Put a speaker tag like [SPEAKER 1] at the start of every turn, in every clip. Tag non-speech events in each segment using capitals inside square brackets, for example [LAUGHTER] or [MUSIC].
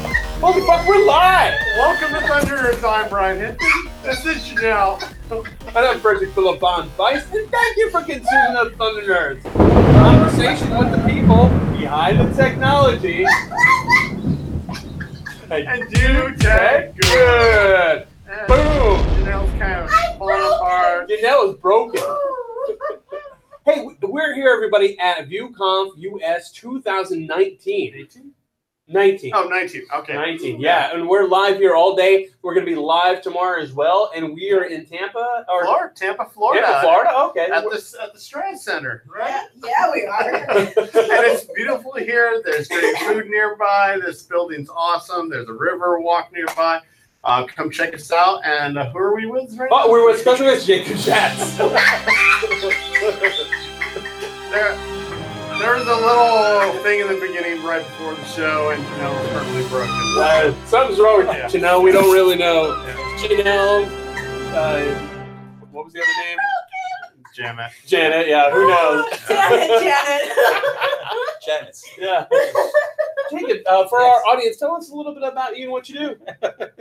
[SPEAKER 1] Motherfucker, we're live!
[SPEAKER 2] Welcome to Thunder Earth. I'm Brian Hinton. This is Janelle.
[SPEAKER 1] And I'm Frederick Philip Von Weiss, and thank you for consuming us Thunder Nerds. Conversation with the people behind the technology.
[SPEAKER 2] And do
[SPEAKER 1] Okay,
[SPEAKER 2] tech good.
[SPEAKER 1] good.
[SPEAKER 2] And
[SPEAKER 1] Boom!
[SPEAKER 2] Janelle's kind of falling apart.
[SPEAKER 1] Janelle is broken. hey, we- we're here, everybody, at ViewConf US 2019. 19.
[SPEAKER 2] Oh, 19. Okay.
[SPEAKER 1] 19, yeah. And we're live here all day. We're going to be live tomorrow as well. And we are in Tampa. Or,
[SPEAKER 2] Florida, Tampa,
[SPEAKER 1] Yeah,
[SPEAKER 2] Florida.
[SPEAKER 1] Florida. Okay.
[SPEAKER 2] At the, at the Strand Center. Right?
[SPEAKER 3] Yeah, yeah, we are.
[SPEAKER 1] [LAUGHS]
[SPEAKER 2] And it's beautiful here. There's great food nearby. This building's awesome. There's a river walk nearby. Uh, come check us out. And uh, who are we with right
[SPEAKER 1] Oh,
[SPEAKER 2] now?
[SPEAKER 1] we're with special guest Jacob [LAUGHS] Schatz.
[SPEAKER 2] There, there was a little thing in the beginning right before the show, and Janelle was perfectly broken.
[SPEAKER 1] Uh, something's wrong with
[SPEAKER 2] Yeah.
[SPEAKER 1] Janelle. We don't really know.
[SPEAKER 2] Yeah,
[SPEAKER 1] Janelle. Uh, what was the other name?
[SPEAKER 2] Jam it.
[SPEAKER 1] Janet. Yeah. Who knows?
[SPEAKER 3] [LAUGHS] Janet,
[SPEAKER 2] [LAUGHS]
[SPEAKER 3] Janet.
[SPEAKER 4] Janice.
[SPEAKER 1] [LAUGHS] yeah. Jacob, uh, for our audience, tell us a little bit about you and what you do.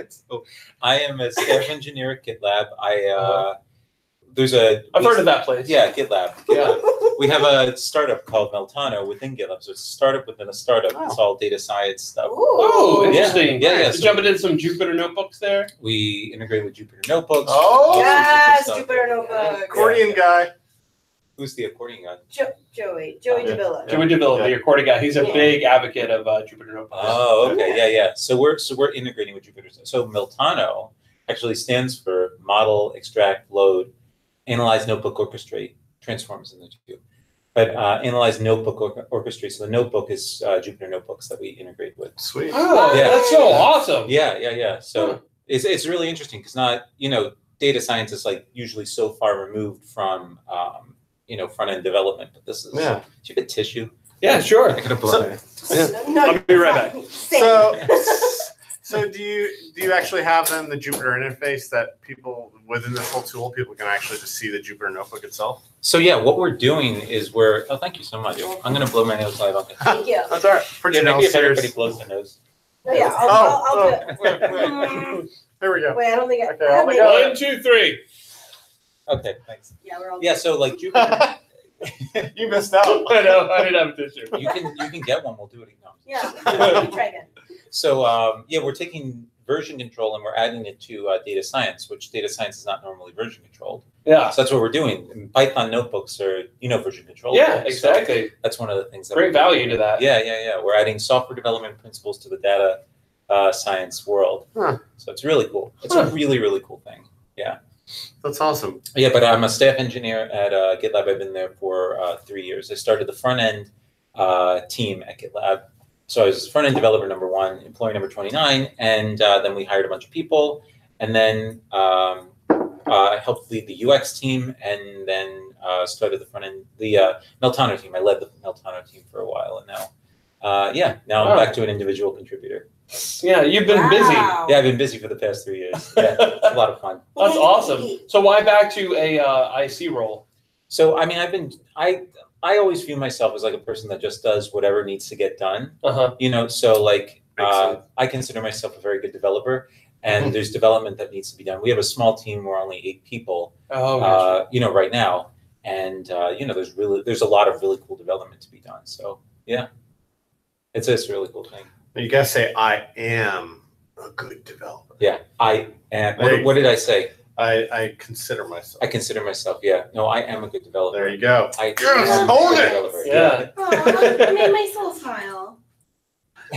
[SPEAKER 4] So Oh, I am a staff engineer at GitLab. I uh, there's a
[SPEAKER 1] Uh-huh. I've heard of that place.
[SPEAKER 4] Yeah, GitLab.
[SPEAKER 1] Yeah.
[SPEAKER 4] We have a startup called Meltano within GitLab. So it's a startup within a startup. It's all data science stuff.
[SPEAKER 1] Oh,
[SPEAKER 3] Ooh.
[SPEAKER 4] yeah.
[SPEAKER 1] interesting.
[SPEAKER 4] Yeah, yeah,
[SPEAKER 1] So
[SPEAKER 4] so-
[SPEAKER 1] jumping in some Jupyter notebooks there.
[SPEAKER 4] We integrate with Jupyter Notebooks.
[SPEAKER 1] Oh.
[SPEAKER 4] all
[SPEAKER 3] Yes,
[SPEAKER 4] sorts of good
[SPEAKER 3] Jupiter
[SPEAKER 4] stuff.
[SPEAKER 3] Notebook.
[SPEAKER 2] Accordion guy.
[SPEAKER 4] Who's the accordion guy?
[SPEAKER 3] Jo- Joey, Joey
[SPEAKER 1] Yeah.
[SPEAKER 3] Davila.
[SPEAKER 1] Jupyter Deville, the recording guy. He's a
[SPEAKER 3] Yeah.
[SPEAKER 1] big advocate of uh, Jupyter notebooks.
[SPEAKER 4] Oh, okay,
[SPEAKER 3] Okay.
[SPEAKER 4] yeah, yeah. So we're so we're integrating with Jupyter. So Meltano actually stands for model, extract, load, analyze, notebook, orchestrate, transforms in the two. But uh, analyze notebook or- orchestrate. So the notebook is uh, Jupyter notebooks that we integrate with.
[SPEAKER 2] Sweet.
[SPEAKER 1] Oh,
[SPEAKER 4] Yeah.
[SPEAKER 1] that's so awesome.
[SPEAKER 4] Yeah, yeah, yeah. So
[SPEAKER 1] Huh.
[SPEAKER 4] it's it's really interesting because not you know data science is like usually so far removed from um, you know front end development, but this is
[SPEAKER 2] Yeah.
[SPEAKER 4] Do you have a tissue?
[SPEAKER 1] Yeah, sure.
[SPEAKER 4] I could have blown it.
[SPEAKER 3] No,
[SPEAKER 1] I'll be
[SPEAKER 3] [LAUGHS]
[SPEAKER 1] right
[SPEAKER 3] back.
[SPEAKER 2] So, [LAUGHS] so do you do you actually have then the Jupyter interface that people within this whole tool people can actually just see the Jupyter notebook itself?
[SPEAKER 4] So yeah, what we're doing is we're oh thank you so much. I'm gonna blow my nose live on
[SPEAKER 1] [LAUGHS]
[SPEAKER 4] this.
[SPEAKER 3] Thank you.
[SPEAKER 2] That's all right. For
[SPEAKER 4] Yeah, maybe
[SPEAKER 2] Janelle's
[SPEAKER 4] if everybody
[SPEAKER 2] ears.
[SPEAKER 4] blows their nose.
[SPEAKER 3] No, yeah, I'll,
[SPEAKER 2] Oh,
[SPEAKER 3] I'll, I'll do it. Mm.
[SPEAKER 2] There we go.
[SPEAKER 3] Wait, I don't think I.
[SPEAKER 2] Okay,
[SPEAKER 3] I
[SPEAKER 2] I'll
[SPEAKER 3] haven't
[SPEAKER 2] make
[SPEAKER 3] made
[SPEAKER 2] it.
[SPEAKER 3] it.
[SPEAKER 1] One, two, three.
[SPEAKER 4] Okay, thanks.
[SPEAKER 3] Yeah, we're all.
[SPEAKER 4] Yeah, so like
[SPEAKER 1] [LAUGHS]
[SPEAKER 4] Jupiter,
[SPEAKER 2] [LAUGHS] you missed out.
[SPEAKER 1] [LAUGHS] I know. I didn't have a tissue.
[SPEAKER 4] you can you can get one. We'll do it again. [LAUGHS]
[SPEAKER 3] Yeah. Let me try again.
[SPEAKER 4] So um, yeah, we're taking version control and we're adding it to uh, data science, which data science is not normally version controlled.
[SPEAKER 1] Yeah.
[SPEAKER 4] So that's what we're doing. And Python notebooks are you know version controlled.
[SPEAKER 1] Yeah,
[SPEAKER 4] So
[SPEAKER 1] exactly.
[SPEAKER 4] that's one of the things. That
[SPEAKER 1] Great
[SPEAKER 4] we're doing.
[SPEAKER 1] value to that.
[SPEAKER 4] Yeah, yeah, yeah. We're adding software development principles to the data uh, science world.
[SPEAKER 2] Huh.
[SPEAKER 4] So it's really cool. It's
[SPEAKER 1] Huh.
[SPEAKER 4] a really really cool thing.
[SPEAKER 2] That's awesome.
[SPEAKER 4] Yeah, but I'm a staff engineer at uh, GitLab. I've been there for uh, three years. I started the front end uh, team at GitLab. So I was front end developer number one, employee number 29, and uh, then we hired a bunch of people. And then um, uh, I helped lead the UX team and then uh, started the front end, the uh, Meltano team. I led the Meltano team for a while. And now, uh, yeah, now I'm
[SPEAKER 1] Wow.
[SPEAKER 4] back to an individual contributor.
[SPEAKER 1] Yeah, you've been busy.
[SPEAKER 3] Wow.
[SPEAKER 4] Yeah, I've been busy for the past three years. Yeah, it's a lot of fun.
[SPEAKER 1] That's
[SPEAKER 2] [LAUGHS]
[SPEAKER 1] awesome. So why back to a uh, IC role?
[SPEAKER 4] So I mean, I've been I I always view myself as like a person that just does whatever needs to get done.
[SPEAKER 1] Uh huh.
[SPEAKER 4] You know, so like
[SPEAKER 2] Makes Mm-hmm.
[SPEAKER 4] uh, I consider myself a very good developer, and there's development that needs to be done. We have a small team; we're only eight people.
[SPEAKER 1] Oh, gotcha.
[SPEAKER 4] uh, you know, right now, and uh, you know, there's really there's a lot of really cool development to be done. So yeah, it's it's a really cool thing.
[SPEAKER 2] You gotta say I am a good developer.
[SPEAKER 4] Yeah, I
[SPEAKER 2] There
[SPEAKER 4] am. What,
[SPEAKER 2] you
[SPEAKER 4] what did I say?
[SPEAKER 2] I, I consider myself.
[SPEAKER 4] I consider myself. Yeah, no, I am a good developer.
[SPEAKER 2] There you go.
[SPEAKER 4] I
[SPEAKER 2] Yes,
[SPEAKER 4] am a
[SPEAKER 2] own
[SPEAKER 4] good
[SPEAKER 2] it!
[SPEAKER 4] developer.
[SPEAKER 1] yeah.
[SPEAKER 3] Aw, I made myself smile.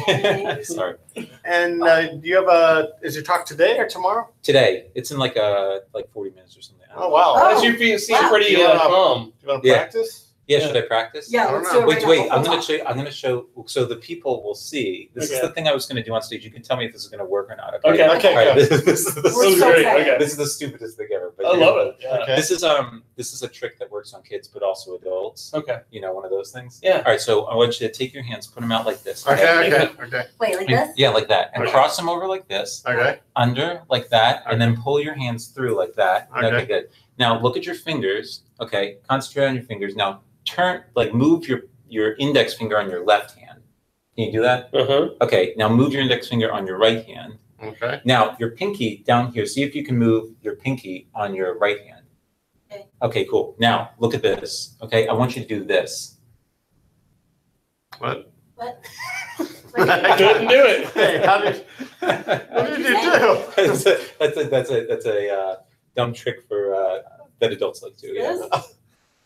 [SPEAKER 4] Yeah. [LAUGHS] Sorry.
[SPEAKER 2] And uh, do you have a? Is your talk today or tomorrow?
[SPEAKER 4] today. It's in like a like forty minutes or something. I don't
[SPEAKER 2] Oh
[SPEAKER 4] know.
[SPEAKER 2] wow.
[SPEAKER 3] Oh.
[SPEAKER 1] Unless you feel, seem
[SPEAKER 3] Wow.
[SPEAKER 1] pretty
[SPEAKER 2] Yeah.
[SPEAKER 1] uh, calm.
[SPEAKER 2] Do you want to
[SPEAKER 4] Yeah.
[SPEAKER 2] practice?
[SPEAKER 4] Yeah, should I practice?
[SPEAKER 3] Yeah,
[SPEAKER 2] I don't
[SPEAKER 3] let's do it
[SPEAKER 2] know.
[SPEAKER 3] right
[SPEAKER 4] Wait,
[SPEAKER 3] now.
[SPEAKER 4] wait. I'm
[SPEAKER 3] Hold
[SPEAKER 4] gonna
[SPEAKER 3] on.
[SPEAKER 4] show. I'm gonna show. So the people will see. This is
[SPEAKER 1] Okay.
[SPEAKER 4] the thing I was gonna do on stage. You can tell me if this is gonna work or not.
[SPEAKER 1] Okay.
[SPEAKER 2] Okay,
[SPEAKER 4] All right,
[SPEAKER 2] go.
[SPEAKER 4] [LAUGHS] This, this is the,
[SPEAKER 3] We're so
[SPEAKER 4] stupid-
[SPEAKER 1] great. [LAUGHS]
[SPEAKER 3] excited.
[SPEAKER 1] Okay.
[SPEAKER 4] this is the stupidest thing ever. But
[SPEAKER 1] I
[SPEAKER 4] yeah.
[SPEAKER 1] love it. Yeah.
[SPEAKER 2] Okay.
[SPEAKER 4] This is um. This is a trick that works on kids, but also adults.
[SPEAKER 1] Okay.
[SPEAKER 4] You know, one of those things.
[SPEAKER 1] Yeah.
[SPEAKER 4] All right. So I want you to take your hands, put them out like this.
[SPEAKER 2] Okay. Okay. Okay.
[SPEAKER 3] Wait, like this?
[SPEAKER 4] Yeah, like that, and
[SPEAKER 2] Okay.
[SPEAKER 4] cross them over like this.
[SPEAKER 2] Okay.
[SPEAKER 4] under like that, and then pull your hands through like that.
[SPEAKER 2] Okay.
[SPEAKER 4] good. Now look at your fingers. Okay, concentrate on your fingers. Now turn, like move your your index finger on your left hand. Can you do that?
[SPEAKER 1] Uh-huh.
[SPEAKER 4] Okay, now move your index finger on your right hand.
[SPEAKER 2] Okay.
[SPEAKER 4] Now, your pinky down here, see if you can move your pinky on your right hand.
[SPEAKER 3] Okay.
[SPEAKER 4] Okay, cool. Now, look at this. Okay, I want you to do this.
[SPEAKER 3] Like,
[SPEAKER 1] [LAUGHS] Couldn't do it.
[SPEAKER 2] Hey, how
[SPEAKER 4] [LAUGHS]
[SPEAKER 2] did, what
[SPEAKER 4] that's
[SPEAKER 2] did you
[SPEAKER 4] [LAUGHS]
[SPEAKER 2] do?
[SPEAKER 4] a that's a that's a, that's a uh, dumb trick for uh, that adults like to. Yeah,
[SPEAKER 3] this?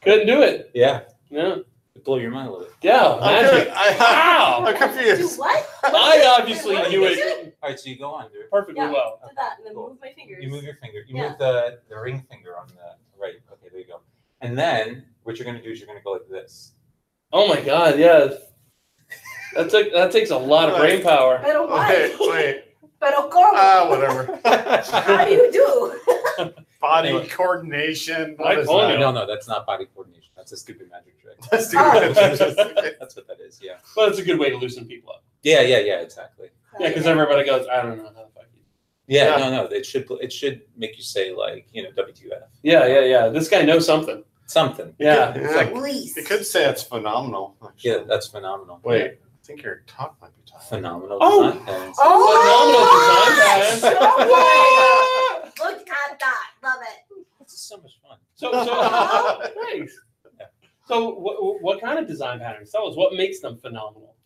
[SPEAKER 1] Couldn't do it.
[SPEAKER 4] [LAUGHS] yeah,
[SPEAKER 1] No.
[SPEAKER 4] It'd blow your mind a little bit.
[SPEAKER 1] Yeah.
[SPEAKER 2] I'm
[SPEAKER 1] Magic.
[SPEAKER 2] good. I,
[SPEAKER 1] Wow.
[SPEAKER 2] [LAUGHS] I'm
[SPEAKER 3] Do
[SPEAKER 2] [LAUGHS] confused.
[SPEAKER 3] what?
[SPEAKER 1] I obviously knew
[SPEAKER 3] Do
[SPEAKER 1] it
[SPEAKER 4] All right, so you go on. Drew.
[SPEAKER 1] perfectly
[SPEAKER 3] Yeah.
[SPEAKER 1] well.
[SPEAKER 3] Do that and then move my fingers.
[SPEAKER 4] You move your finger. You
[SPEAKER 3] Yeah.
[SPEAKER 4] move the the ring finger on the right. Okay, there you go. And then what you're gonna do is you're gonna go like this.
[SPEAKER 1] Oh my god, yeah. That took that takes a lot of brain power.
[SPEAKER 3] Pero
[SPEAKER 2] Wait,
[SPEAKER 3] why?
[SPEAKER 2] wait.
[SPEAKER 3] Pero como?
[SPEAKER 2] Ah, whatever.
[SPEAKER 3] How do you do?
[SPEAKER 2] Body coordination.
[SPEAKER 1] I
[SPEAKER 2] What is
[SPEAKER 1] told
[SPEAKER 2] that?
[SPEAKER 1] you.
[SPEAKER 4] no, no, that's not body coordination. That's a stupid magic trick.
[SPEAKER 2] [LAUGHS] Let's do
[SPEAKER 4] [LAUGHS]
[SPEAKER 2] it.
[SPEAKER 4] that's what that is. Yeah.
[SPEAKER 1] But it's a good way to loosen people up.
[SPEAKER 4] Yeah, yeah, yeah. Exactly.
[SPEAKER 1] Yeah, because everybody goes, I don't know how the fuck you
[SPEAKER 4] Yeah,
[SPEAKER 2] Yeah.
[SPEAKER 4] no, no. It should it should make you say like you know WTF
[SPEAKER 1] Yeah, yeah, yeah. This guy knows something.
[SPEAKER 4] something.
[SPEAKER 1] Yeah.
[SPEAKER 2] Yeah.
[SPEAKER 4] It's like,
[SPEAKER 3] Please.
[SPEAKER 2] You could say it's phenomenal. actually.
[SPEAKER 4] yeah, that's phenomenal.
[SPEAKER 2] Wait, I think your talk might be tired.
[SPEAKER 4] phenomenal
[SPEAKER 1] Oh.
[SPEAKER 4] design patterns.
[SPEAKER 1] Oh
[SPEAKER 4] my
[SPEAKER 3] [LAUGHS] Phenomenal design, Look at that. Love it.
[SPEAKER 4] This is so much fun.
[SPEAKER 1] [LAUGHS] So so thanks. So what what kind of design patterns? Tell us what makes them phenomenal.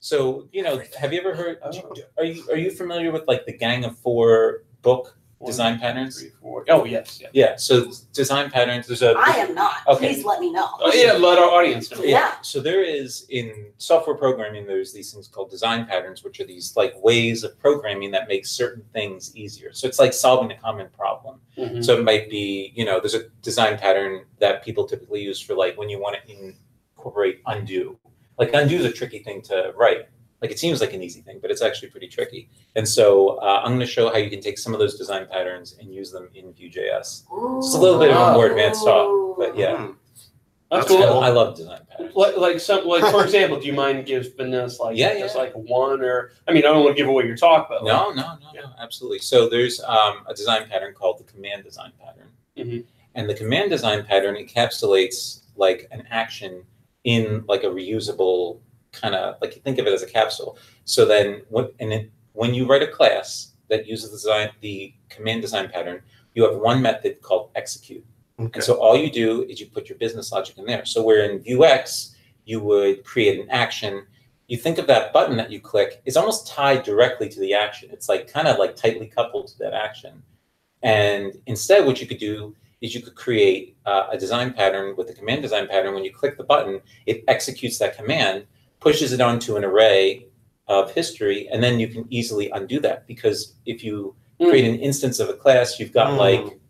[SPEAKER 4] So you know, have you ever heard?
[SPEAKER 1] Oh.
[SPEAKER 4] Are you are you familiar with like the Gang of Four book
[SPEAKER 1] One,
[SPEAKER 4] design patterns?
[SPEAKER 1] three, four. Oh yes, yeah.
[SPEAKER 4] Yeah. So design patterns. There's a
[SPEAKER 3] I am not.
[SPEAKER 4] Okay.
[SPEAKER 3] Please let me know.
[SPEAKER 1] Oh, yeah, let our audience know.
[SPEAKER 4] yeah. So there is in software programming, there's these things called design patterns, which are these like ways of programming that make certain things easier. So it's like solving a common problem.
[SPEAKER 1] Mhm.
[SPEAKER 4] So it might be, you know, there's a design pattern that people typically use for like when you want to incorporate undo. Like undo is a tricky thing to write. Like it seems like an easy thing, but it's actually pretty tricky. And so uh, I'm going to show how you can take some of those design patterns and use them in Vue.js. It's a little bit of a more advanced talk, but yeah,
[SPEAKER 2] Hmm.
[SPEAKER 1] That's
[SPEAKER 2] That's
[SPEAKER 1] cool.
[SPEAKER 2] cool.
[SPEAKER 4] I love design patterns.
[SPEAKER 1] Like, like some like for example, do you mind give Vanessa like
[SPEAKER 4] Yeah,
[SPEAKER 1] just
[SPEAKER 4] yeah.
[SPEAKER 1] like one or I mean I don't want to give away your talk, but like,
[SPEAKER 4] No, no, no, no, absolutely. So there's um, a design pattern called the command design pattern,
[SPEAKER 1] Mhm.
[SPEAKER 4] and the command design pattern encapsulates like an action in like a reusable kind of like you think of it as a capsule. So then, when, and it, when you write a class that uses the design, the command design pattern, you have one method called execute.
[SPEAKER 2] Okay.
[SPEAKER 4] And so all you do is you put your business logic in there. So where in Vuex, you would create an action. You think of that button that you click is almost tied directly to the action. It's like kind of like tightly coupled to that action. And instead, what you could do is you could create uh, a design pattern with the command design pattern. When you click the button, it executes that command, pushes it onto an array of history, and then you can easily undo that because if you create an instance of a class, you've got
[SPEAKER 2] Mm.
[SPEAKER 4] like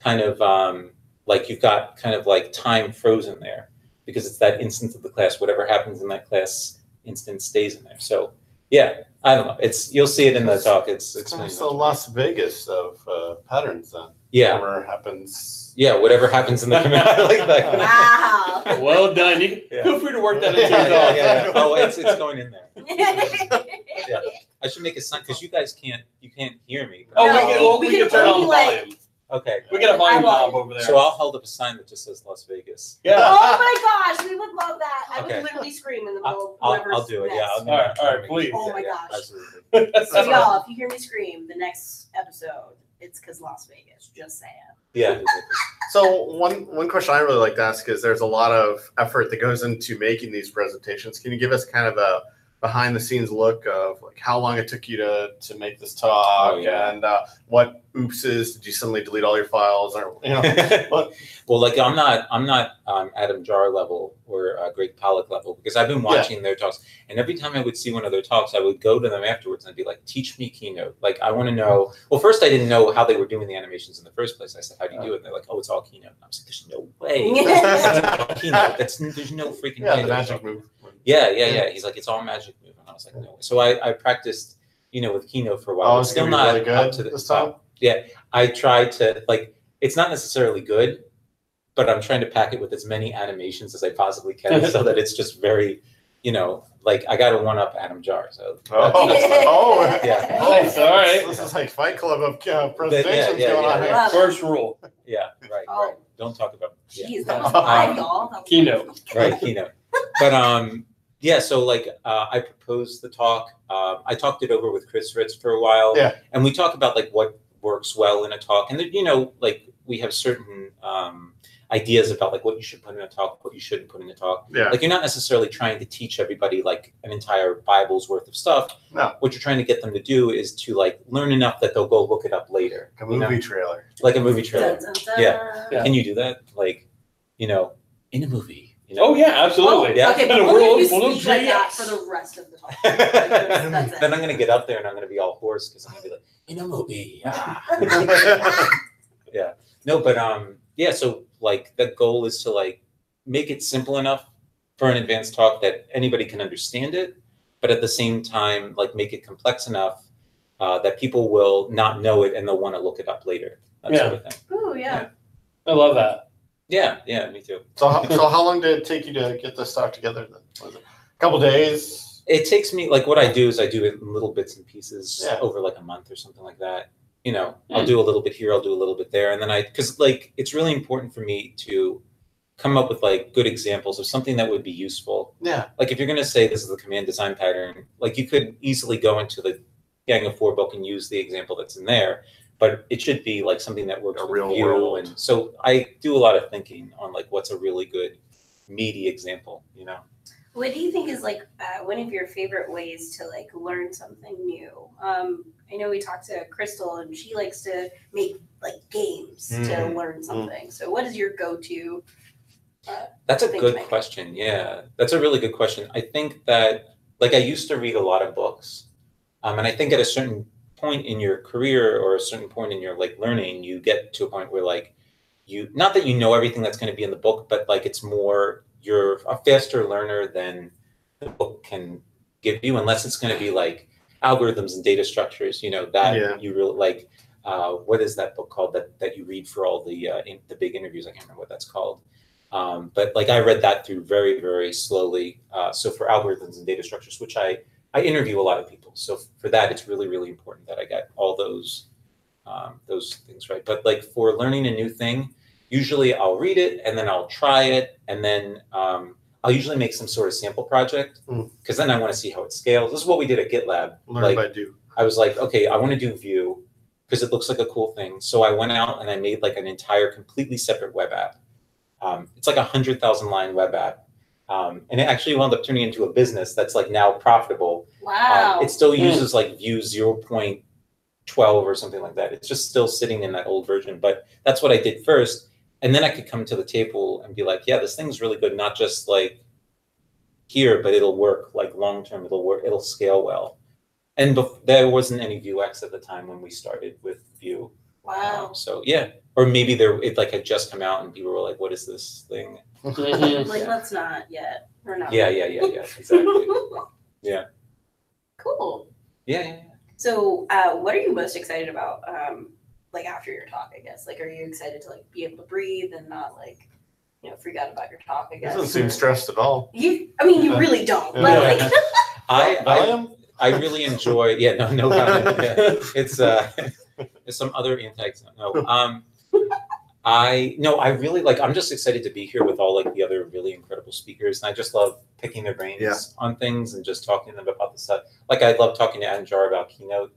[SPEAKER 4] kind of um, like you've got kind of like time frozen there because it's that instance of the class. Whatever happens in that class instance stays in there. So yeah, I don't know. It's you'll see it in the talk. It's
[SPEAKER 2] It's
[SPEAKER 4] it's
[SPEAKER 2] almost a
[SPEAKER 4] really-
[SPEAKER 2] Las Vegas of uh, patterns then.
[SPEAKER 4] yeah
[SPEAKER 2] Whatever happens.
[SPEAKER 4] yeah whatever happens in the command [LAUGHS] I like that. kind of-
[SPEAKER 3] Ah. Wow. [LAUGHS]
[SPEAKER 1] Well done. You,
[SPEAKER 4] Yeah.
[SPEAKER 1] Feel free to work
[SPEAKER 4] [LAUGHS]
[SPEAKER 1] that
[SPEAKER 4] Yeah,
[SPEAKER 1] into your
[SPEAKER 4] yeah,
[SPEAKER 1] talk. [LAUGHS]
[SPEAKER 4] yeah, yeah. Oh, it's it's going in there.
[SPEAKER 2] [LAUGHS]
[SPEAKER 3] yeah.
[SPEAKER 4] I should make a sign because you guys can't you can't hear me.
[SPEAKER 1] Oh,
[SPEAKER 3] No,
[SPEAKER 1] we can, well, we,
[SPEAKER 3] we
[SPEAKER 1] can
[SPEAKER 3] can
[SPEAKER 1] turn on the
[SPEAKER 3] only, like-
[SPEAKER 1] volume.
[SPEAKER 4] okay.
[SPEAKER 1] We got a volume
[SPEAKER 3] I like-
[SPEAKER 1] knob over there.
[SPEAKER 4] So I'll hold up a sign that just says Las Vegas.
[SPEAKER 1] yeah.
[SPEAKER 4] [LAUGHS]
[SPEAKER 3] Oh my gosh, we would love that. I
[SPEAKER 4] Okay.
[SPEAKER 3] would literally scream in the middle
[SPEAKER 4] I'll,
[SPEAKER 3] of
[SPEAKER 4] I'll,
[SPEAKER 3] whoever's
[SPEAKER 4] I'll do it. Yeah.
[SPEAKER 3] next.
[SPEAKER 4] I'll,
[SPEAKER 1] All right, all right, please.
[SPEAKER 3] Oh my
[SPEAKER 4] yeah,
[SPEAKER 3] gosh.
[SPEAKER 4] Absolutely.
[SPEAKER 3] So
[SPEAKER 2] That's
[SPEAKER 3] y'all, if you hear me scream the next episode, it's because Las Vegas. Just saying.
[SPEAKER 4] Yeah.
[SPEAKER 2] So one one question I really like to ask is there's a lot of effort that goes into making these presentations. Can you give us kind of a behind the scenes look of like how long it took you to to make this talk
[SPEAKER 4] Oh, yeah.
[SPEAKER 2] and uh, what oopses did you suddenly delete all your files or
[SPEAKER 4] [LAUGHS]
[SPEAKER 2] you know
[SPEAKER 4] well, like I'm not, I'm not um, Adam Jar level or uh, Greg Pollock level because I've been watching their talks, and every time I would see one of their talks, I would go to them afterwards and I'd be like, "Teach me Keynote." Like I want to know. Well, first I didn't know how they were doing the animations in the first place. I said, "How do you do it?" And they're like, "Oh, it's all Keynote." And I was like, "There's no way." It's all Keynote. That's there's no freaking
[SPEAKER 2] yeah
[SPEAKER 4] way
[SPEAKER 2] the
[SPEAKER 4] that's all
[SPEAKER 2] magic move.
[SPEAKER 4] Yeah, yeah, yeah. He's like, it's all magic move, and I was like, no. way. So I, I practiced, you know, with Keynote for a while.
[SPEAKER 2] Oh,
[SPEAKER 4] but
[SPEAKER 2] it's
[SPEAKER 4] still
[SPEAKER 2] gonna be
[SPEAKER 4] not
[SPEAKER 2] really
[SPEAKER 4] up
[SPEAKER 2] good
[SPEAKER 4] to the
[SPEAKER 2] this time?
[SPEAKER 4] top. Yeah, I tried to like. It's not necessarily good, but I'm trying to pack it with as many animations as I
[SPEAKER 2] [LAUGHS]
[SPEAKER 4] possibly can, so that it's just very, you know, like I got to one up Adam Jar. So
[SPEAKER 1] [LAUGHS]
[SPEAKER 2] Oh, oh,
[SPEAKER 4] Yeah.
[SPEAKER 2] oh,
[SPEAKER 1] Nice, all right.
[SPEAKER 2] This is like Fight Club of uh, presentations
[SPEAKER 4] yeah,
[SPEAKER 2] going
[SPEAKER 4] yeah,
[SPEAKER 2] on
[SPEAKER 4] yeah.
[SPEAKER 2] here.
[SPEAKER 3] Love it.
[SPEAKER 1] First rule.
[SPEAKER 4] yeah, right,
[SPEAKER 3] Oh.
[SPEAKER 4] right. Don't talk about yeah, [LAUGHS]
[SPEAKER 3] Jeez, that was live, y'all. That was
[SPEAKER 1] Keynote.
[SPEAKER 4] right Keynote. But um, Yeah, so like uh, I proposed the talk. Um, I talked it over with Chris Ritz for a while.
[SPEAKER 2] Yeah.
[SPEAKER 4] And we talk about like what works well in a talk. And, there- you know, like we have certain um, ideas about like what you should put in a talk, what you shouldn't put in a talk.
[SPEAKER 2] Yeah.
[SPEAKER 4] Like you're not necessarily trying to teach everybody like an entire Bible's worth of stuff.
[SPEAKER 2] No.
[SPEAKER 4] What you're trying to get them to do is to like learn enough that they'll go look it up later.
[SPEAKER 2] A
[SPEAKER 4] you know?
[SPEAKER 2] movie trailer. [LAUGHS]
[SPEAKER 4] Like a movie trailer.
[SPEAKER 3] Dun, dun, dun.
[SPEAKER 4] Yeah.
[SPEAKER 1] Yeah.
[SPEAKER 4] Can you do that? Like, you know, in a movie. You know?
[SPEAKER 1] Oh yeah, absolutely.
[SPEAKER 4] Yeah.
[SPEAKER 3] Okay,
[SPEAKER 1] And a
[SPEAKER 3] we'll
[SPEAKER 1] world-
[SPEAKER 3] you
[SPEAKER 1] world
[SPEAKER 3] speak like that
[SPEAKER 1] GX.
[SPEAKER 3] for the rest of the
[SPEAKER 4] [LAUGHS]
[SPEAKER 3] talk. Like, that's- that's it.
[SPEAKER 4] then I'm gonna get up there and I'm gonna be all hoarse because I'm gonna be like, in a movie. ah." [LAUGHS] no, but um, yeah. So like, the goal is to like make it simple enough for an advanced talk that anybody can understand it, but at the same time, like make it complex enough uh, that people will not know it and they'll want to look it up later. That sort of thing.
[SPEAKER 3] Ooh, yeah.
[SPEAKER 1] I love that.
[SPEAKER 4] Yeah, yeah, me too.
[SPEAKER 2] So, how, so how long did it take you to get this talk together? Then was it a couple days?
[SPEAKER 4] It takes me like what I do is I do it in little bits and pieces
[SPEAKER 2] Yeah. Mm.
[SPEAKER 4] over like a month or something like that. You know, I'll do a little bit here, I'll do a little bit there, and then I because like it's really important for me to come up with like good examples of something that would be useful
[SPEAKER 2] Yeah.
[SPEAKER 4] like if you're going to say this is the command design pattern like you could easily go into the gang of four book and use the example that's in there but it should be like something that works
[SPEAKER 2] A
[SPEAKER 4] with
[SPEAKER 2] real
[SPEAKER 4] you
[SPEAKER 2] world.
[SPEAKER 4] and so i do a lot of thinking on like what's a really good meaty example you know
[SPEAKER 3] What do you think is like uh, one of your favorite ways to like learn something new? Um, I know we talked to Crystal and she likes to make like games
[SPEAKER 2] Mm.
[SPEAKER 4] Mm-hmm.
[SPEAKER 3] to learn something. So what is your go-to?
[SPEAKER 4] Uh, that's a
[SPEAKER 3] Thank
[SPEAKER 4] good
[SPEAKER 3] you.
[SPEAKER 4] question yeah that's a really good question i think that like i used to read a lot of books um, and i think at a certain point in your career or a certain point in your like learning you get to a point where like you not that you know everything that's going to be in the book but like it's more you're a faster learner than the book can give you unless it's going to be like algorithms and data structures you know that
[SPEAKER 2] Yeah.
[SPEAKER 4] you really like uh, what is that book called that that you read for all the uh, in, the big interviews i can't remember what that's called um, but like i read that through very very slowly uh, so for algorithms and data structures which i i interview a lot of people so for that it's really really important that i got all those um, those things right but like for learning a new thing usually I'll read it and then I'll try it and then um, I'll usually make some sort of sample project
[SPEAKER 2] Mm.
[SPEAKER 4] because then I want to see how it scales. This is what we did at GitLab.
[SPEAKER 2] Learn
[SPEAKER 4] Like-
[SPEAKER 2] by do.
[SPEAKER 4] I was like, okay, I want to do Vue because it looks like a cool thing. So I went out and I made like an entire completely separate web app. Um, it's like a hundred thousand line web app. Um, and it actually wound up turning into a business that's like now profitable
[SPEAKER 3] Wow.
[SPEAKER 4] um, it still
[SPEAKER 1] Mm.
[SPEAKER 4] uses like Vue 0.12 or something like that. It's just still sitting in that old version. But that's what I did first. And then I could come to the table and be like, yeah, this thing's really good, not just like here, but it'll work like long term. It'll work, it'll scale well. And bef- there wasn't any Vuex at the time when we started with Vue.
[SPEAKER 3] wow.
[SPEAKER 4] Um, so yeah. Or maybe there it like had just come out and people were like, what is this thing?
[SPEAKER 1] Mhm.
[SPEAKER 3] like
[SPEAKER 4] yeah.
[SPEAKER 3] let's not yet. We're not.
[SPEAKER 4] Yeah, yeah, yeah, yeah.
[SPEAKER 3] [LAUGHS]
[SPEAKER 4] Exactly. [LAUGHS] Yeah.
[SPEAKER 3] Cool.
[SPEAKER 4] yeah, yeah, yeah.
[SPEAKER 3] So, uh, what are you most excited about? Um, like after your talk, I guess. Like, are you excited to like be able to breathe and not like, you know, freak out about your talk? I
[SPEAKER 2] He
[SPEAKER 3] guess.
[SPEAKER 2] doesn't seem stressed at all.
[SPEAKER 3] You, I mean, you really don't.
[SPEAKER 2] Yeah.
[SPEAKER 3] Like, like,
[SPEAKER 4] I,
[SPEAKER 2] Well,
[SPEAKER 4] I
[SPEAKER 2] I am.
[SPEAKER 4] I really enjoy. Yeah, no, no
[SPEAKER 2] [LAUGHS]
[SPEAKER 4] comment. Yeah. It's uh, [LAUGHS] it's some other anti. No, um, I no, I really like. I'm just excited to be here with all like the other really incredible speakers, and I just love picking their brains
[SPEAKER 2] Yeah.
[SPEAKER 4] on things and just talking to them about the stuff. Like I love talking to Anjar about keynote.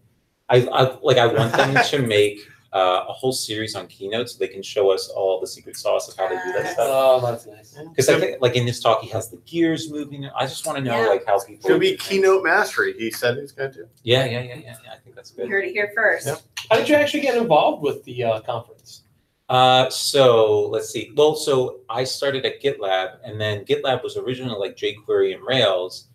[SPEAKER 4] I, I like. I want them
[SPEAKER 2] [LAUGHS]
[SPEAKER 4] to make uh, a whole series on keynote so they can show us all the secret sauce of how they do that
[SPEAKER 3] Yes.
[SPEAKER 4] stuff.
[SPEAKER 1] Oh, that's
[SPEAKER 2] [LAUGHS]
[SPEAKER 1] nice.
[SPEAKER 4] Because I think, like in this talk, he has the gears moving. I just want to know
[SPEAKER 3] Yeah.
[SPEAKER 4] like how people.
[SPEAKER 2] It's gonna be
[SPEAKER 4] do things.
[SPEAKER 2] keynote mastery. He said he's gonna do.
[SPEAKER 4] Yeah, yeah, yeah, yeah, yeah. I think
[SPEAKER 3] [LAUGHS]
[SPEAKER 4] that's
[SPEAKER 3] you
[SPEAKER 4] good.
[SPEAKER 3] heard it here first.
[SPEAKER 2] Yep.
[SPEAKER 1] How did you actually get involved with the uh, conference?
[SPEAKER 4] Uh, so let's see. Well, so I started at GitLab, and then GitLab was originally like jQuery and Rails,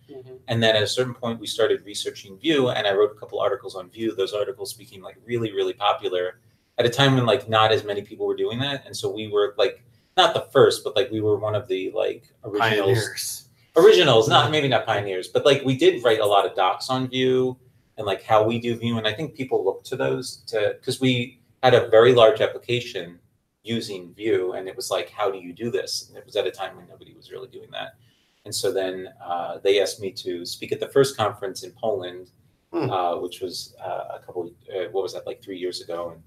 [SPEAKER 4] and then at a certain point we started researching Vue, and I wrote a couple articles on Vue. Those articles became like really, really popular at a time when like not as many people were doing that, and so we were like not the first, but like we were one of the like originals
[SPEAKER 2] Pioneers.
[SPEAKER 4] originals, not maybe not pioneers, but like we did write a lot of docs on Vue and like how we do Vue, and I think people look to those to because we had a very large application using Vue, and it was like, how do you do this? And it was at a time when nobody was really doing that, and so then uh, they asked me to speak at the first conference in Poland,
[SPEAKER 2] Hmm.
[SPEAKER 4] uh, which was uh, a couple, uh, what was that, like three years ago, and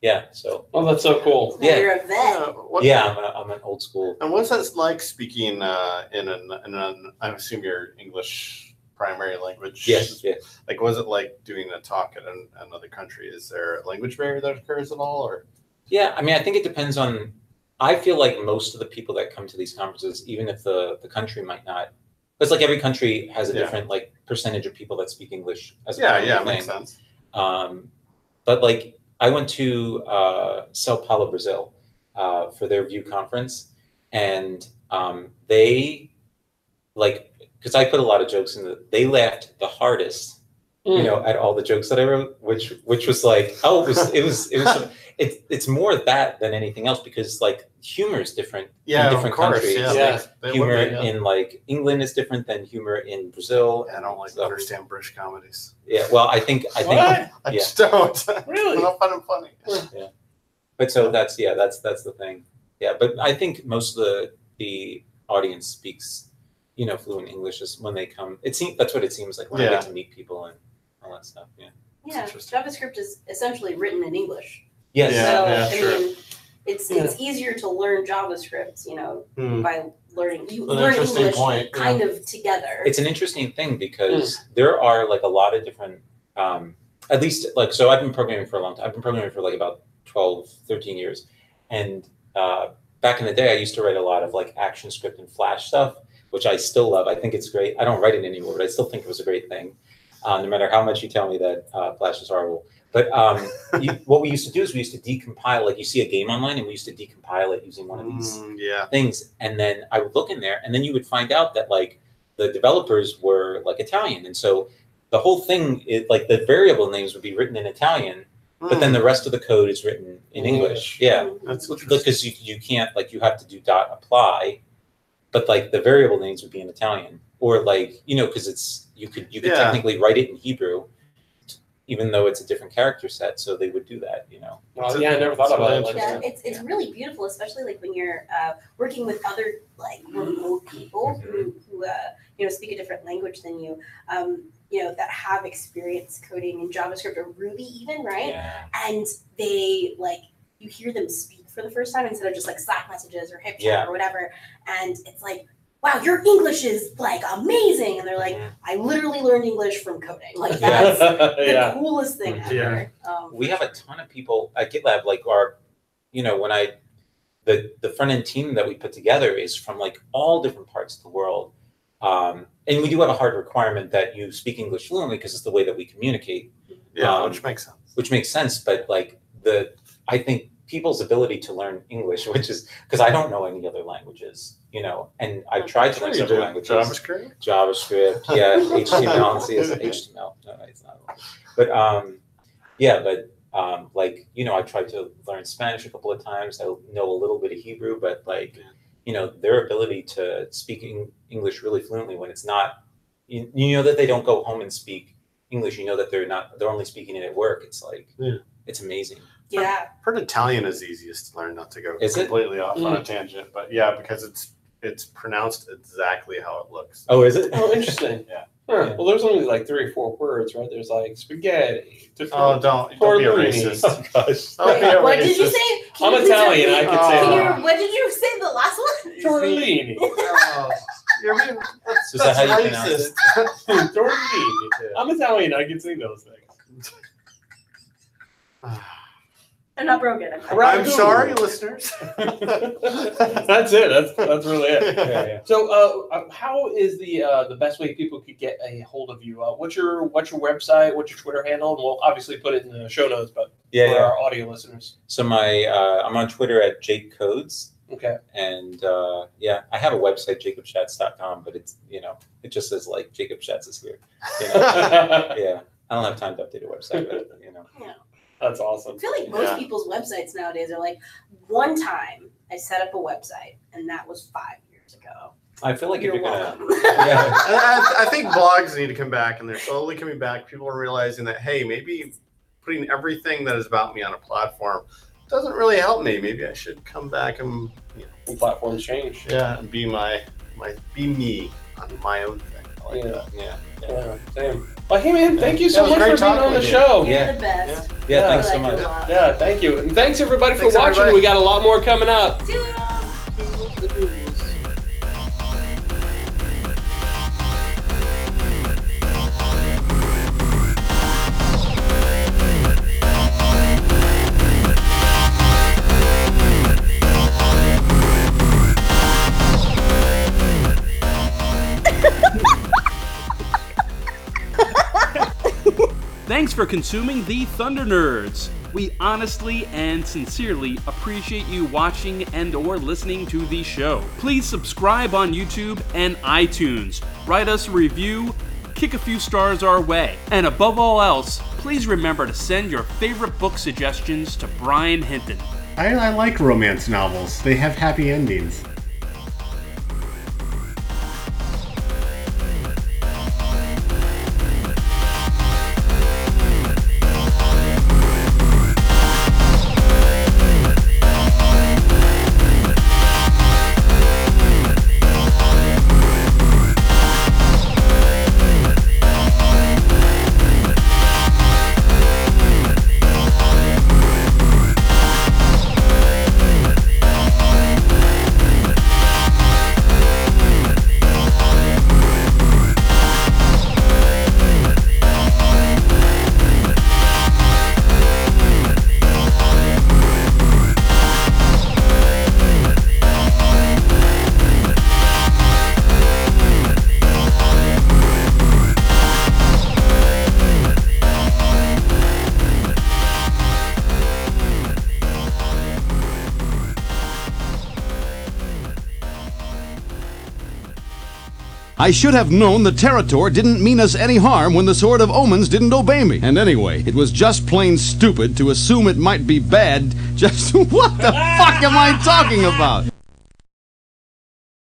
[SPEAKER 4] yeah. So
[SPEAKER 1] Oh, that's so cool.
[SPEAKER 4] Yeah.
[SPEAKER 3] You're a vet.
[SPEAKER 2] Yeah, what-
[SPEAKER 4] yeah, I'm, a, I'm an old school.
[SPEAKER 2] And what's that like speaking uh, in an, in an I assume your English primary language?
[SPEAKER 4] Yes, yes.
[SPEAKER 2] Like, was it like doing a talk at an, another country? Is there a language barrier that occurs at all, or
[SPEAKER 4] Yeah, I mean, I think it depends on. I feel like most of the people that come to these conferences, even if the the country might not, because like every country has a
[SPEAKER 2] Yeah.
[SPEAKER 4] different like percentage of people that speak English as a
[SPEAKER 2] yeah,
[SPEAKER 4] primary
[SPEAKER 2] yeah,
[SPEAKER 4] thing.
[SPEAKER 2] makes sense.
[SPEAKER 4] Um, but like I went to uh, Sao Paulo, Brazil, uh, for their View conference, and um, they like because I put a lot of jokes in. The, they laughed the hardest, you
[SPEAKER 1] Mm.
[SPEAKER 4] know, at all the jokes that I wrote, which which was like, oh, it was it was it was. it's it's more that than anything else because like humor is different.
[SPEAKER 2] Yeah, of
[SPEAKER 4] different
[SPEAKER 2] course.
[SPEAKER 4] countries,
[SPEAKER 2] Yeah,
[SPEAKER 1] yeah.
[SPEAKER 2] they- they would
[SPEAKER 4] humor
[SPEAKER 2] be, yeah.
[SPEAKER 4] in like England is different than humor in Brazil.
[SPEAKER 2] I don't like
[SPEAKER 4] So,
[SPEAKER 2] understand British comedies.
[SPEAKER 4] Yeah, well, I think I think
[SPEAKER 1] What?
[SPEAKER 2] [LAUGHS] I
[SPEAKER 4] Yeah.
[SPEAKER 2] just don't. [LAUGHS] I'm
[SPEAKER 1] Really?
[SPEAKER 2] not fun and funny.
[SPEAKER 4] But so that's yeah, that's that's the thing. Yeah, but I think most of the the audience speaks, you know, fluent English is when they come. It seems that's what it seems like when I
[SPEAKER 2] Yeah.
[SPEAKER 4] get to meet people and all that stuff. Yeah.
[SPEAKER 3] Yeah,
[SPEAKER 2] interesting.
[SPEAKER 3] JavaScript is essentially written in English.
[SPEAKER 4] Yes.
[SPEAKER 2] Yeah,
[SPEAKER 3] so
[SPEAKER 2] yeah,
[SPEAKER 3] I
[SPEAKER 2] sure.
[SPEAKER 3] mean, it's it's easier to learn JavaScript, you know,
[SPEAKER 2] Hmm.
[SPEAKER 3] by learning you
[SPEAKER 2] An
[SPEAKER 3] learn
[SPEAKER 2] interesting
[SPEAKER 3] English
[SPEAKER 2] point, yeah.
[SPEAKER 3] kind of together.
[SPEAKER 4] It's an interesting thing because there are like a lot of different um at least like so I've been programming for a long time. I've been programming for like about 12, 13 years. And uh back in the day I used to write a lot of like action script and flash stuff, which I still love. I think it's great. I don't write it anymore, but I still think it was a great thing. Uh, no matter how much you tell me that uh, Flash is horrible. But um, you, what we used to do is we used to decompile, like you see a game online, and we used to decompile it using one of these
[SPEAKER 2] Mm, yeah.
[SPEAKER 4] things and then i would look in there and then you would find out that like the developers were like italian and so the whole thing is like the variable names would be written in italian but then the rest of the code is written in english yeah
[SPEAKER 3] Mm-hmm.
[SPEAKER 2] Hmm, Mm, that's interesting.
[SPEAKER 4] because you, you can't like you have to do dot apply but like the variable names would be in italian or like you know because it's you could you could
[SPEAKER 2] Yeah.
[SPEAKER 4] technically write it in hebrew even though it's a different character set so they would do that you know
[SPEAKER 1] Well, yeah, I never thought about it like
[SPEAKER 3] yeah,
[SPEAKER 1] that.
[SPEAKER 3] it's it's really beautiful, especially like when you're uh, working with other like remote people
[SPEAKER 4] Mm-hmm.
[SPEAKER 3] who who uh, you know speak a different language than you. Um, you know that have experience coding in JavaScript or Ruby even, right?
[SPEAKER 4] yeah
[SPEAKER 3] and they like you hear them speak for the first time instead of just like Slack messages or HipChat
[SPEAKER 4] Yeah.
[SPEAKER 3] or whatever, and it's like, wow, your English is like amazing, and they're like,
[SPEAKER 4] Mhm.
[SPEAKER 3] I literally learned English from coding,
[SPEAKER 4] [LAUGHS]
[SPEAKER 3] like that's the
[SPEAKER 1] [LAUGHS] yeah.
[SPEAKER 3] coolest thing
[SPEAKER 4] Yeah.
[SPEAKER 3] ever. Um,
[SPEAKER 4] we have a ton of people at GitLab. Like our, you know, when I, the the front end team that we put together is from like all different parts of the world, um, and we do have a hard requirement that you speak English fluently because it's the way that we communicate,
[SPEAKER 2] yeah,
[SPEAKER 4] um,
[SPEAKER 2] which makes sense.
[SPEAKER 4] which makes sense. But like the, I think people's ability to learn English, [LAUGHS] which is because I don't know any other languages, you know, and I've tried to
[SPEAKER 2] Sure
[SPEAKER 4] learn
[SPEAKER 2] you
[SPEAKER 4] several
[SPEAKER 2] do.
[SPEAKER 4] languages.
[SPEAKER 2] JavaScript.
[SPEAKER 4] JavaScript, yeah,
[SPEAKER 2] [LAUGHS]
[SPEAKER 4] HTML and CSS, HTML. No, no, it's not. But um, yeah, but um, like you know, I tried to learn Spanish a couple of times. I know a little bit of Hebrew, but like
[SPEAKER 2] Yeah.
[SPEAKER 4] you know, their ability to speak Eng- English really fluently when it's not, you, you know, that they don't go home and speak English. You know that they're not. They're only speaking it at work. It's like
[SPEAKER 2] Yeah.
[SPEAKER 4] it's amazing.
[SPEAKER 3] yeah,
[SPEAKER 2] heard Italian is easiest to learn. Not to go
[SPEAKER 4] Is it?
[SPEAKER 2] completely off on a
[SPEAKER 1] Mm.
[SPEAKER 2] tangent, but yeah, because it's it's pronounced exactly how it looks.
[SPEAKER 4] Oh, is it?
[SPEAKER 1] Oh, interesting.
[SPEAKER 2] Yeah.
[SPEAKER 1] Huh.
[SPEAKER 4] Yeah.
[SPEAKER 1] Well, there's only like three or four words, right? There's like spaghetti.
[SPEAKER 2] Oh, don't don't be a
[SPEAKER 1] Tortellini. [LAUGHS]
[SPEAKER 4] [LAUGHS]
[SPEAKER 1] Oh,
[SPEAKER 2] racist. Oh,
[SPEAKER 4] gosh.
[SPEAKER 2] Don't be a
[SPEAKER 3] what did you
[SPEAKER 2] racist.
[SPEAKER 3] say?
[SPEAKER 1] I'm
[SPEAKER 3] you please tell
[SPEAKER 1] Italian,
[SPEAKER 3] me-
[SPEAKER 1] I
[SPEAKER 2] could say
[SPEAKER 3] can
[SPEAKER 2] that.
[SPEAKER 3] you- What did you say the last one?
[SPEAKER 2] [LAUGHS]
[SPEAKER 1] tortellini.
[SPEAKER 2] Oh, you're being, that's,
[SPEAKER 4] Is that
[SPEAKER 2] that's
[SPEAKER 4] how you pronounce
[SPEAKER 2] racist. [LAUGHS]
[SPEAKER 1] tortellini. I'm Italian. I can say those things. [LAUGHS]
[SPEAKER 3] I'm not broken. I'm not-
[SPEAKER 1] Right.
[SPEAKER 2] I'm sorry, listeners. [LAUGHS]
[SPEAKER 1] that's it. That's that's really it.
[SPEAKER 2] [LAUGHS]
[SPEAKER 1] So, uh, uh, how is the uh, the best way people could get a hold of you? Uh, what's your what's your website? What's your Twitter handle? And we'll obviously put it in the show notes, but
[SPEAKER 4] Yeah,
[SPEAKER 1] for
[SPEAKER 4] yeah.
[SPEAKER 1] our audio
[SPEAKER 2] [LAUGHS]
[SPEAKER 1] listeners,
[SPEAKER 4] So my, uh, I'm on Twitter at Jake Codes.
[SPEAKER 1] okay.
[SPEAKER 4] and uh, yeah, I have a website jacobshatz.com, but it's you know it just says like Jacob Shatz is here. You
[SPEAKER 3] [LAUGHS]
[SPEAKER 4] know? yeah, I don't have time to update a website, but you know,
[SPEAKER 1] that's
[SPEAKER 3] I
[SPEAKER 1] awesome.
[SPEAKER 3] feel like most
[SPEAKER 2] Yeah.
[SPEAKER 3] people's websites nowadays are like, one time I set up a website, and that was five years ago.
[SPEAKER 4] I feel like
[SPEAKER 3] you're
[SPEAKER 4] if you're gonna,
[SPEAKER 3] welcome. [LAUGHS]
[SPEAKER 4] yeah,
[SPEAKER 2] I, I- I think blogs need to come back, and they're slowly coming back. People are realizing that hey, maybe putting everything that is about me on a platform doesn't really help me. Maybe I should come back and you know,
[SPEAKER 1] The platforms change.
[SPEAKER 2] yeah, and be my my be me on my own thing. I like
[SPEAKER 1] Yeah.
[SPEAKER 2] that.
[SPEAKER 4] yeah,
[SPEAKER 1] Yeah, same. Well, hey man, thank you so
[SPEAKER 2] Yeah, it
[SPEAKER 1] much
[SPEAKER 2] was
[SPEAKER 1] for
[SPEAKER 2] great
[SPEAKER 1] being
[SPEAKER 2] talking
[SPEAKER 1] on the
[SPEAKER 2] with you.
[SPEAKER 1] show.
[SPEAKER 4] Yeah.
[SPEAKER 3] You're the best.
[SPEAKER 4] Yeah,
[SPEAKER 1] Yeah.
[SPEAKER 4] thanks so
[SPEAKER 3] I like
[SPEAKER 4] much.
[SPEAKER 3] it a lot.
[SPEAKER 1] Yeah, thank you. And thanks everybody
[SPEAKER 2] Thanks,
[SPEAKER 1] for watching.
[SPEAKER 2] everybody.
[SPEAKER 1] We got a lot more coming up.
[SPEAKER 3] Toodles!
[SPEAKER 5] Thanks for consuming the Thunder Nerds. We honestly and sincerely appreciate you watching and or listening to the show. Please subscribe on YouTube and iTunes. Write us a review, kick a few stars our way. And above all else, please remember to send your favorite book suggestions to Brian Hinton.
[SPEAKER 2] I, I like romance novels. They have happy endings.
[SPEAKER 6] I should have known the Territor didn't mean us any harm when the Sword of Omens didn't obey me. And anyway, it was just plain [LAUGHS] stupid to assume it might be bad just. what the fuck am I talking about?